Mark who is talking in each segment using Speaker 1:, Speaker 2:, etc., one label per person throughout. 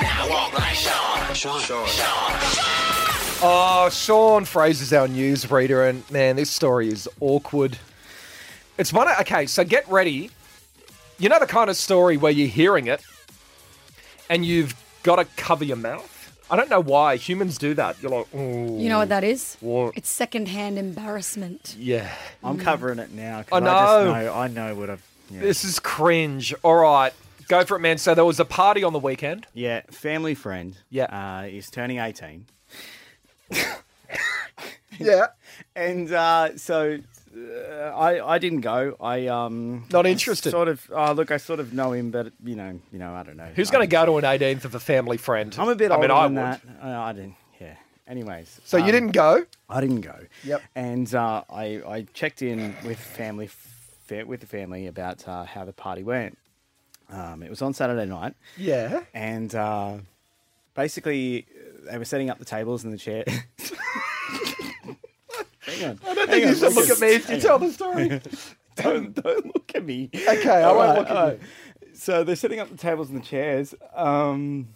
Speaker 1: Now walk like Sean.
Speaker 2: Sean.
Speaker 3: Oh, Sean Fraser's our newsreader, and man, this story is awkward. It's one. of- Okay, so get ready. You know the kind of story where you're hearing it, and you've got to cover your mouth. I don't know why humans do that. You're like, ooh.
Speaker 4: You know what that is?
Speaker 3: What?
Speaker 4: It's secondhand embarrassment.
Speaker 3: Yeah.
Speaker 2: I'm covering it now.
Speaker 3: I
Speaker 2: 'cause
Speaker 3: know.
Speaker 2: I, just know. I know what I've. Yeah.
Speaker 3: Mm. Oh, This is cringe. All right, go for it, man. So there was a party on the weekend.
Speaker 2: yeah, family friend.
Speaker 3: Yeah.
Speaker 2: Uh, is turning 18.
Speaker 3: Yeah.
Speaker 2: And uh, so uh, I, I didn't go. I um
Speaker 3: Not interested.
Speaker 2: Sort of. Oh, look, I sort of know him, but you know, you know, I don't know.
Speaker 3: Who's going
Speaker 2: to
Speaker 3: to go to an 18th of a family friend?
Speaker 2: I'm a bit
Speaker 3: I
Speaker 2: older
Speaker 3: mean, I
Speaker 2: than
Speaker 3: would.
Speaker 2: that. Uh, I, I didn't. Yeah. Anyways.
Speaker 3: So you
Speaker 2: um,
Speaker 3: didn't go?
Speaker 2: I didn't go.
Speaker 3: Yep.
Speaker 2: And uh, I, I checked in with family fa- with the family about uh, how the party went. Um, it was on Saturday night,
Speaker 3: Yeah.
Speaker 2: and uh, basically they were setting up the tables and the chair. Hang on. I don't
Speaker 3: You should look at me as you tell the story.
Speaker 2: Don't, don't look at me.
Speaker 3: Okay, I won't look at you.
Speaker 2: So they're setting up the tables and the chairs, um,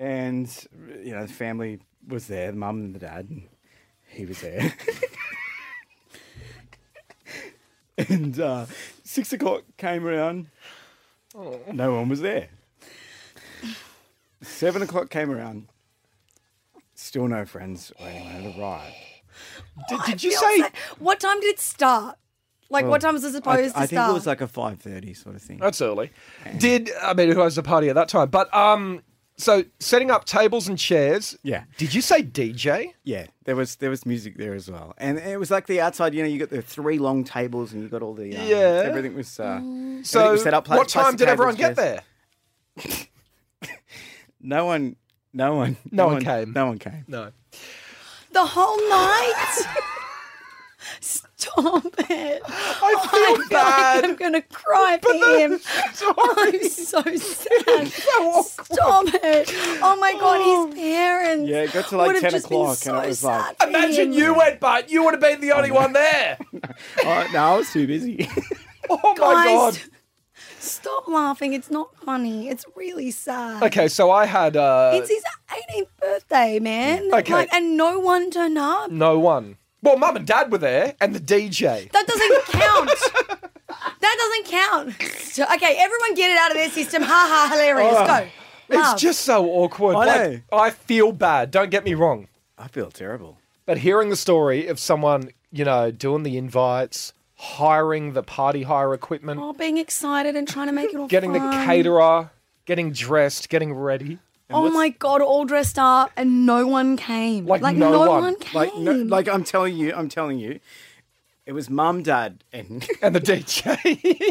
Speaker 2: and you know the family was there, the mum and the dad. and He was there, and uh, six o'clock came around. No one was there. Seven o'clock came around. Still no friends or anyone had arrived.
Speaker 3: Did,
Speaker 4: I
Speaker 3: did you
Speaker 4: feel
Speaker 3: say?
Speaker 4: so- what time did it start? Like, what time was it
Speaker 2: Oh, I,
Speaker 4: supposed
Speaker 2: I
Speaker 4: to
Speaker 2: think
Speaker 4: start?
Speaker 2: it was like a five thirty sort of thing.
Speaker 3: That's early. Did I mean who has the party at that time? But um, so setting up tables and chairs.
Speaker 2: Yeah.
Speaker 3: Did you say DJ?
Speaker 2: Yeah, there was there was music there as well, and it was like the outside. You know, you got the three long tables, and you got all the um,
Speaker 3: Yeah. Mm.
Speaker 2: Everything was uh, everything
Speaker 3: So
Speaker 2: was set up. plus-
Speaker 3: what
Speaker 2: plus
Speaker 3: time
Speaker 2: the
Speaker 3: did everyone
Speaker 2: tables,
Speaker 3: get
Speaker 2: chairs.
Speaker 3: there?
Speaker 2: No one, no one,
Speaker 3: No one came.
Speaker 2: No one came.
Speaker 3: No.
Speaker 4: the whole night? Stop it.
Speaker 3: I
Speaker 4: I
Speaker 3: feel
Speaker 4: feel
Speaker 3: bad.
Speaker 4: Like I'm going to cry for him. I'm so sad. Stop it. Oh my God, his parents.
Speaker 2: Yeah, it got to like
Speaker 4: would have
Speaker 2: 10
Speaker 4: just been
Speaker 2: o'clock and it was
Speaker 4: so
Speaker 2: like-
Speaker 4: sad for
Speaker 3: Imagine
Speaker 4: him.
Speaker 3: you went, but you would have been the only one there.
Speaker 2: Oh, no, I was too busy.
Speaker 3: Oh my god.
Speaker 4: Guys, Stop laughing. It's not funny. It's really sad.
Speaker 3: Okay, so I had uh,
Speaker 4: It's his 18th birthday, man.
Speaker 3: Okay.
Speaker 4: Like, and no one turned up.
Speaker 3: no one. Well, mum and dad were there, and the DJ.
Speaker 4: That doesn't count. that doesn't count. So- okay, everyone get it out of their system. Ha ha, hilarious. Go. Love.
Speaker 3: It's just so awkward.
Speaker 2: I
Speaker 3: Like,
Speaker 2: know.
Speaker 3: I feel bad. Don't get me wrong.
Speaker 2: I feel terrible.
Speaker 3: But hearing the story of someone, you know, doing the invites, hiring the party hire equipment,
Speaker 4: Oh, being excited and trying to make it all
Speaker 3: getting the
Speaker 4: fun.
Speaker 3: caterer, getting dressed, getting ready.
Speaker 4: Oh my god, all dressed up and no one came.
Speaker 3: Like, no
Speaker 4: no,
Speaker 3: one.
Speaker 4: one. came.
Speaker 2: Like, no, like I'm telling you, I'm telling you, it was mum, dad, and
Speaker 3: And the DJ.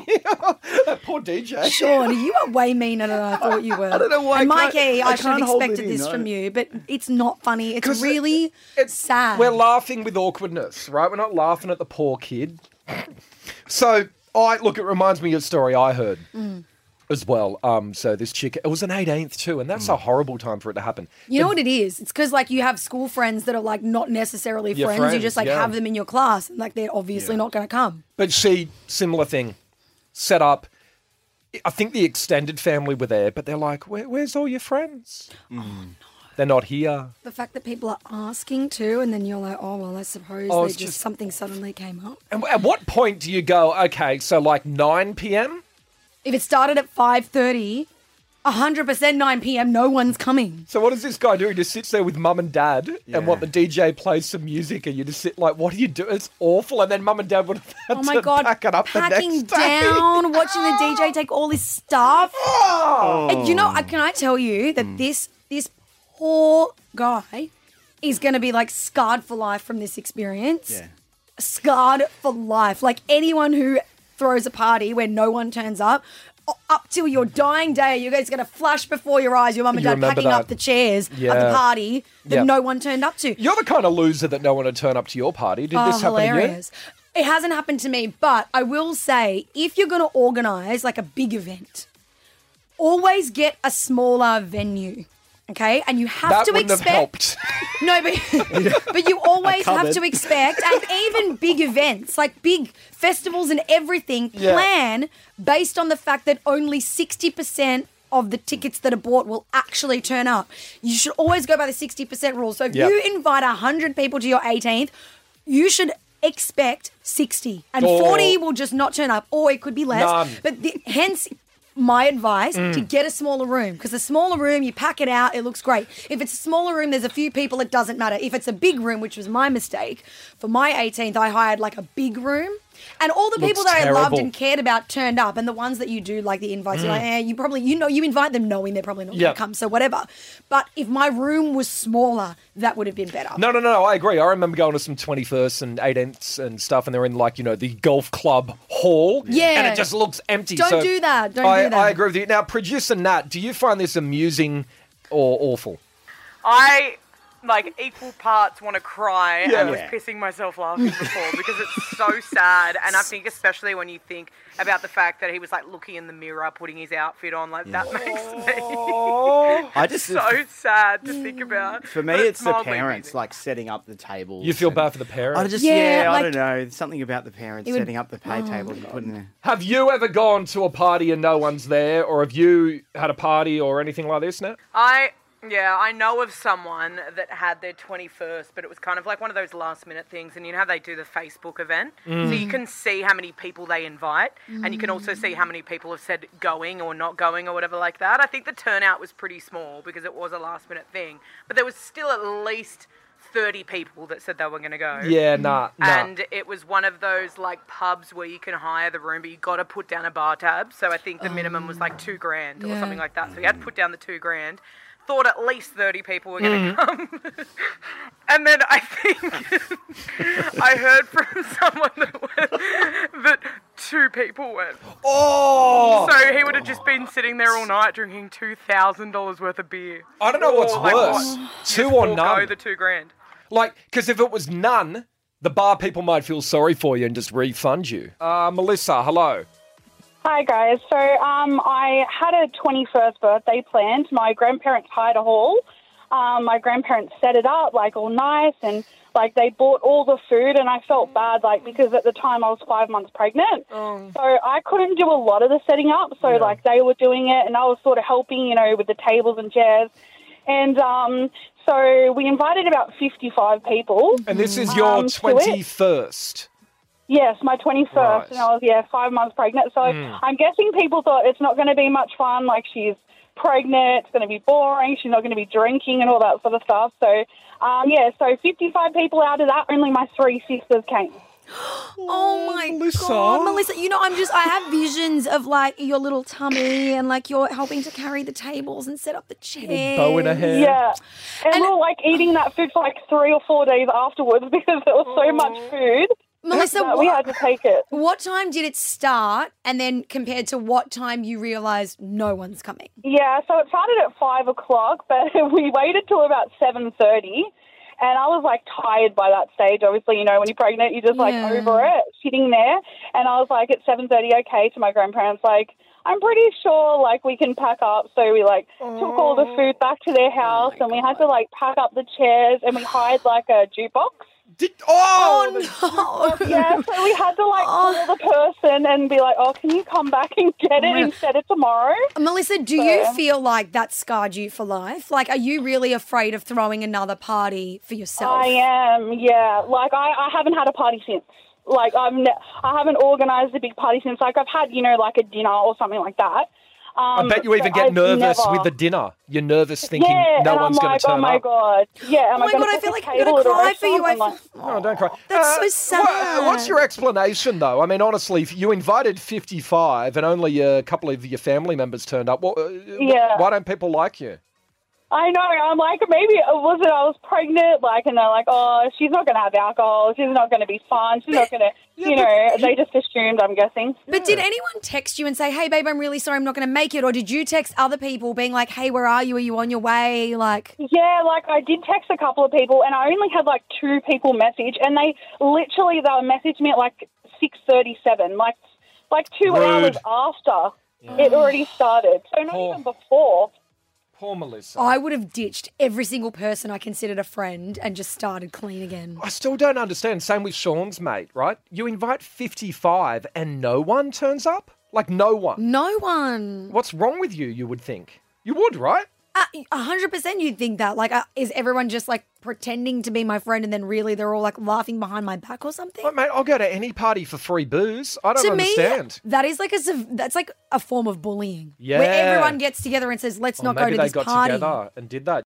Speaker 3: that poor DJ.
Speaker 4: Sean, you are way meaner than I thought you were. I
Speaker 2: don't know why I
Speaker 4: And
Speaker 2: can't-
Speaker 4: Mikey,
Speaker 2: I
Speaker 4: I, should have
Speaker 2: can't hold it
Speaker 4: expected
Speaker 2: in,
Speaker 4: this
Speaker 2: I-
Speaker 4: from you, but it's not funny. It's
Speaker 3: 'Cause it-
Speaker 4: really sad.
Speaker 3: We're laughing with awkwardness, right? We're not laughing at the poor kid. So, I look, it reminds me of a story I heard
Speaker 4: Mm.
Speaker 3: as well. Um, so this chick, it was an 18th too, and that's a horrible time for it to happen.
Speaker 4: You know what it is? It's because like you have school friends that are like not necessarily
Speaker 3: Your
Speaker 4: friends. You
Speaker 3: friends,
Speaker 4: just like
Speaker 3: yeah.
Speaker 4: have them in your class, and like they're obviously not going to come.
Speaker 3: But she, similar thing, set up. I think the extended family were there, but they're like, Where, "Where's all your friends?
Speaker 4: Mm.
Speaker 3: They're not here."
Speaker 4: The fact that people are asking too, and then you're like, oh well, I suppose
Speaker 3: Oh,
Speaker 4: they
Speaker 3: it's
Speaker 4: just,
Speaker 3: just-
Speaker 4: something suddenly came up.
Speaker 3: And at what point do you go? Okay, so like nine p.m.
Speaker 4: If it started at five thirty, hundred percent nine p.m. No one's coming.
Speaker 3: So what does this guy do? He just sits there with mum and dad, and what the
Speaker 2: Yeah.
Speaker 3: DJ plays some music, and you just sit like, "What do you do? It's awful." And then mum and dad would have had
Speaker 4: Oh my
Speaker 3: to
Speaker 4: god!
Speaker 3: pack it up the
Speaker 4: packing
Speaker 3: next day.
Speaker 4: down, watching the DJ take all his stuff.
Speaker 3: Oh.
Speaker 4: And you know, I- can I tell you that
Speaker 3: Hmm.
Speaker 4: this this poor guy is going to be like scarred for life from this experience.
Speaker 2: yeah,
Speaker 4: scarred for life. Like anyone who throws a party where no one turns up, o- up till your dying day, you're just going to flash before your eyes, your mum and
Speaker 3: Mm. You
Speaker 4: dad
Speaker 3: remember
Speaker 4: packing up
Speaker 3: that.
Speaker 4: the chairs of
Speaker 3: Yeah.
Speaker 4: the party that
Speaker 3: Yeah.
Speaker 4: no one turned up to.
Speaker 3: You're the kind of loser that no one would turn up to your party. Did
Speaker 4: Oh,
Speaker 3: this happen to you?
Speaker 4: hilarious. It hasn't happened to me, but I will say if you're going to organize like a big event, always get a smaller venue. Okay, and you have
Speaker 3: That
Speaker 4: to
Speaker 3: wouldn't
Speaker 4: expect
Speaker 3: have helped.
Speaker 4: no, but but you always
Speaker 2: A
Speaker 4: have
Speaker 2: cupboard.
Speaker 4: to expect, and even big events like big festivals and everything,
Speaker 3: Yeah.
Speaker 4: plan based on the fact that only sixty percent of the tickets that are bought will actually turn up. You should always go by the 60% rule. So if
Speaker 2: Yep.
Speaker 4: you invite 100 people to your 18th, you should expect 60 and
Speaker 3: Or-
Speaker 4: 40 will just not turn up or it could be less
Speaker 3: None. Mm.
Speaker 4: but the, hence my advice to get a smaller room because a smaller room you pack it out it looks great if it's a smaller room there's a few people it doesn't matter if it's a big room which was my mistake for my 18th i hired like a big room and all the people that i loved
Speaker 3: terrible. Mm.
Speaker 4: and cared about turned up and the ones that you do like the invites you're like eh, you probably you know you invite them knowing they're probably not
Speaker 3: Yeah.
Speaker 4: gonna come so whatever but if my room was smaller that would have been better
Speaker 3: No, no, no, no. I agree. I remember going to some 21st and 18th and stuff, and they're in like, you know, the golf club hall.
Speaker 4: Yeah.
Speaker 3: And it just looks empty.
Speaker 4: Don't
Speaker 3: So
Speaker 4: do that. Don't
Speaker 3: I,
Speaker 4: do that.
Speaker 3: I agree with you. Now, producer Nat, do you find this amusing or awful?
Speaker 5: I like equal parts want to cry and was
Speaker 2: Yeah.
Speaker 5: pissing myself laughing before because it's so sad. And I think especially when you think about the fact that he was like looking in the mirror, putting his outfit on, like that makes me
Speaker 2: I just
Speaker 5: so sad to think about.
Speaker 2: for me,
Speaker 5: But
Speaker 2: it's the
Speaker 5: mildly
Speaker 2: parents
Speaker 5: amusing.
Speaker 2: like setting up the table.
Speaker 3: You feel bad for the parents.
Speaker 2: I just
Speaker 4: Yeah,
Speaker 2: yeah,
Speaker 4: like-
Speaker 2: I don't know. There's something about the parents
Speaker 4: It would-
Speaker 2: setting up the pay table and putting the
Speaker 3: Have you ever gone to a party and no one's there, or have you had a party or anything like this, Nat?
Speaker 5: I yeah, I know of someone that had their 21st, but it was kind of like one of those last minute things. And you know how they do the Facebook event? So you can see how many people they invite, and you can also see how many people have said going or not going or whatever like that. I think the turnout was pretty small because it was a last minute thing, but there was still at least 30 people that said they were going to go.
Speaker 3: Yeah, nah, nah.
Speaker 5: And it was one of those like pubs where you can hire the room, but you got to put down a bar tab. So I think the minimum was like two grand or
Speaker 4: Yeah.
Speaker 5: something like that. So you had to put down the two grand. Thought at least thirty people were going to come, and then I think I heard from someone that, went, that two people went.
Speaker 3: oh,
Speaker 5: So he would have just been sitting there all night drinking two thousand dollars worth of beer.
Speaker 3: Oh, I don't know what's
Speaker 5: Or, like, what?
Speaker 3: worse, two or
Speaker 5: Forgo
Speaker 3: none.
Speaker 5: the two grand.
Speaker 3: Like, because if it was none, the bar people might feel sorry for you and just refund you. Uh, Melissa, hello.
Speaker 6: Hi guys. So um, I had a 21st birthday planned. My grandparents hired a hall. Um, my grandparents set it up like all nice and like they bought all the food and I felt bad like because at the time I was five months pregnant. So I couldn't do a lot of the setting up. So like they were doing it and I was sort of helping, you know, with the tables and chairs. And um, so we invited about 55 people.
Speaker 3: And this is your
Speaker 6: Um, to it.
Speaker 3: 21st.
Speaker 6: Yes, my 21st,
Speaker 3: Right.
Speaker 6: and I was, yeah, five months pregnant. So I'm guessing people thought it's not going to be much fun. Like, she's pregnant, it's going to be boring, she's not going to be drinking and all that sort of stuff. So, um, yeah, so 55 people out of that, only my three sisters came.
Speaker 4: Oh my
Speaker 3: Melissa.
Speaker 4: god, Melissa! You know, I'm just I have visions of like your little tummy and like you're helping to carry the tables and set up the chairs.
Speaker 3: Bow in a hair.
Speaker 6: Yeah. And,
Speaker 4: And-
Speaker 6: we were like eating that food for like three or four days afterwards because there was so much food
Speaker 4: Melissa,
Speaker 6: that we had
Speaker 4: what,
Speaker 6: to take it.
Speaker 4: what time did it start? And then compared to what time you realized no one's coming?
Speaker 6: Yeah, so it started at five o'clock, but we waited till about seven thirty, and I was like tired by that stage. Obviously, you know, when you're pregnant, you're just like
Speaker 4: Yeah.
Speaker 6: over it, sitting there. And I was like at seven thirty, okay, to my grandparents, like I'm pretty sure like we can pack up. So we like took all the food back to their house, and we had to like pack up the chairs, and we hired like a jukebox.
Speaker 3: Did, oh,
Speaker 4: Oh no!
Speaker 6: Yeah, so we had to like call the person and be like, "Oh, can you come back and get it instead of tomorrow?"
Speaker 4: Melissa, do you feel like that scarred you for life? Like, are you really afraid of throwing another party for yourself?
Speaker 6: I am, yeah. Like I, I haven't had a party since. Like I've, ne- I haven't organised a big party since. Like I've had, you know, like a dinner or something like that. Um,
Speaker 3: I bet you even
Speaker 6: but
Speaker 3: get
Speaker 6: I've
Speaker 3: nervous
Speaker 6: never-
Speaker 3: with the dinner. You're nervous thinking
Speaker 6: yeah,
Speaker 3: no
Speaker 6: and
Speaker 3: one's
Speaker 6: I'm
Speaker 3: going
Speaker 6: like,
Speaker 3: to turn
Speaker 6: oh my
Speaker 3: up.
Speaker 6: god, yeah. Am
Speaker 4: Oh my
Speaker 6: I gonna
Speaker 4: god! I
Speaker 6: book
Speaker 4: feel
Speaker 6: a
Speaker 4: like I'm
Speaker 6: table
Speaker 4: gonna
Speaker 6: at a
Speaker 4: cry for you.
Speaker 6: restaurant?
Speaker 4: I
Speaker 6: I'm like,
Speaker 4: feel-
Speaker 3: No, Oh, don't cry. Uh,
Speaker 4: That's so
Speaker 3: wha- what's
Speaker 4: sad.
Speaker 3: your explanation, though? I mean, honestly, if you invited 55 and only a couple of your family members turned up, what, uh,
Speaker 6: Yeah.
Speaker 3: why don't people like you?
Speaker 6: I know. I'm like, maybe it was it I was pregnant, like, and they're like, oh, she's not gonna have alcohol. She's not gonna be fun. She's not gonna, you know. They just assumed. I'm guessing.
Speaker 4: But did anyone text you and say, "Hey, babe, I'm really sorry, I'm not going to make it," or did you text other people being like, "Hey, where are you? Are you on your way?" Like,
Speaker 6: Yeah, like I did text a couple of people, and I only had like two people message, and they literally they messaged me at like six thirty-seven, like like two
Speaker 3: Rude.
Speaker 6: hours after it already started. So not
Speaker 3: Oh.
Speaker 6: even before.
Speaker 3: Poor Melissa.
Speaker 4: I would have ditched every single person I considered a friend and just started clean again.
Speaker 3: I still don't understand. Same with Sean's mate, right? You invite 55 and no one turns up? Like no one.
Speaker 4: No one.
Speaker 3: What's wrong with you? You would think you would, right?
Speaker 4: Uh, A hundred percent, you'd think that. Like, uh, is everyone just like pretending to be my friend, and then really they're all like laughing behind my back or something?
Speaker 3: Like, mate, I'll go to any party for free booze. I don't
Speaker 4: to
Speaker 3: understand.
Speaker 4: me, that is like a sev- that's like a form of bullying.
Speaker 3: Yeah.
Speaker 4: where everyone gets together and says, "Let's
Speaker 3: Or
Speaker 4: not
Speaker 3: maybe
Speaker 4: go to
Speaker 3: they
Speaker 4: this
Speaker 3: got
Speaker 4: party."
Speaker 3: together and did that.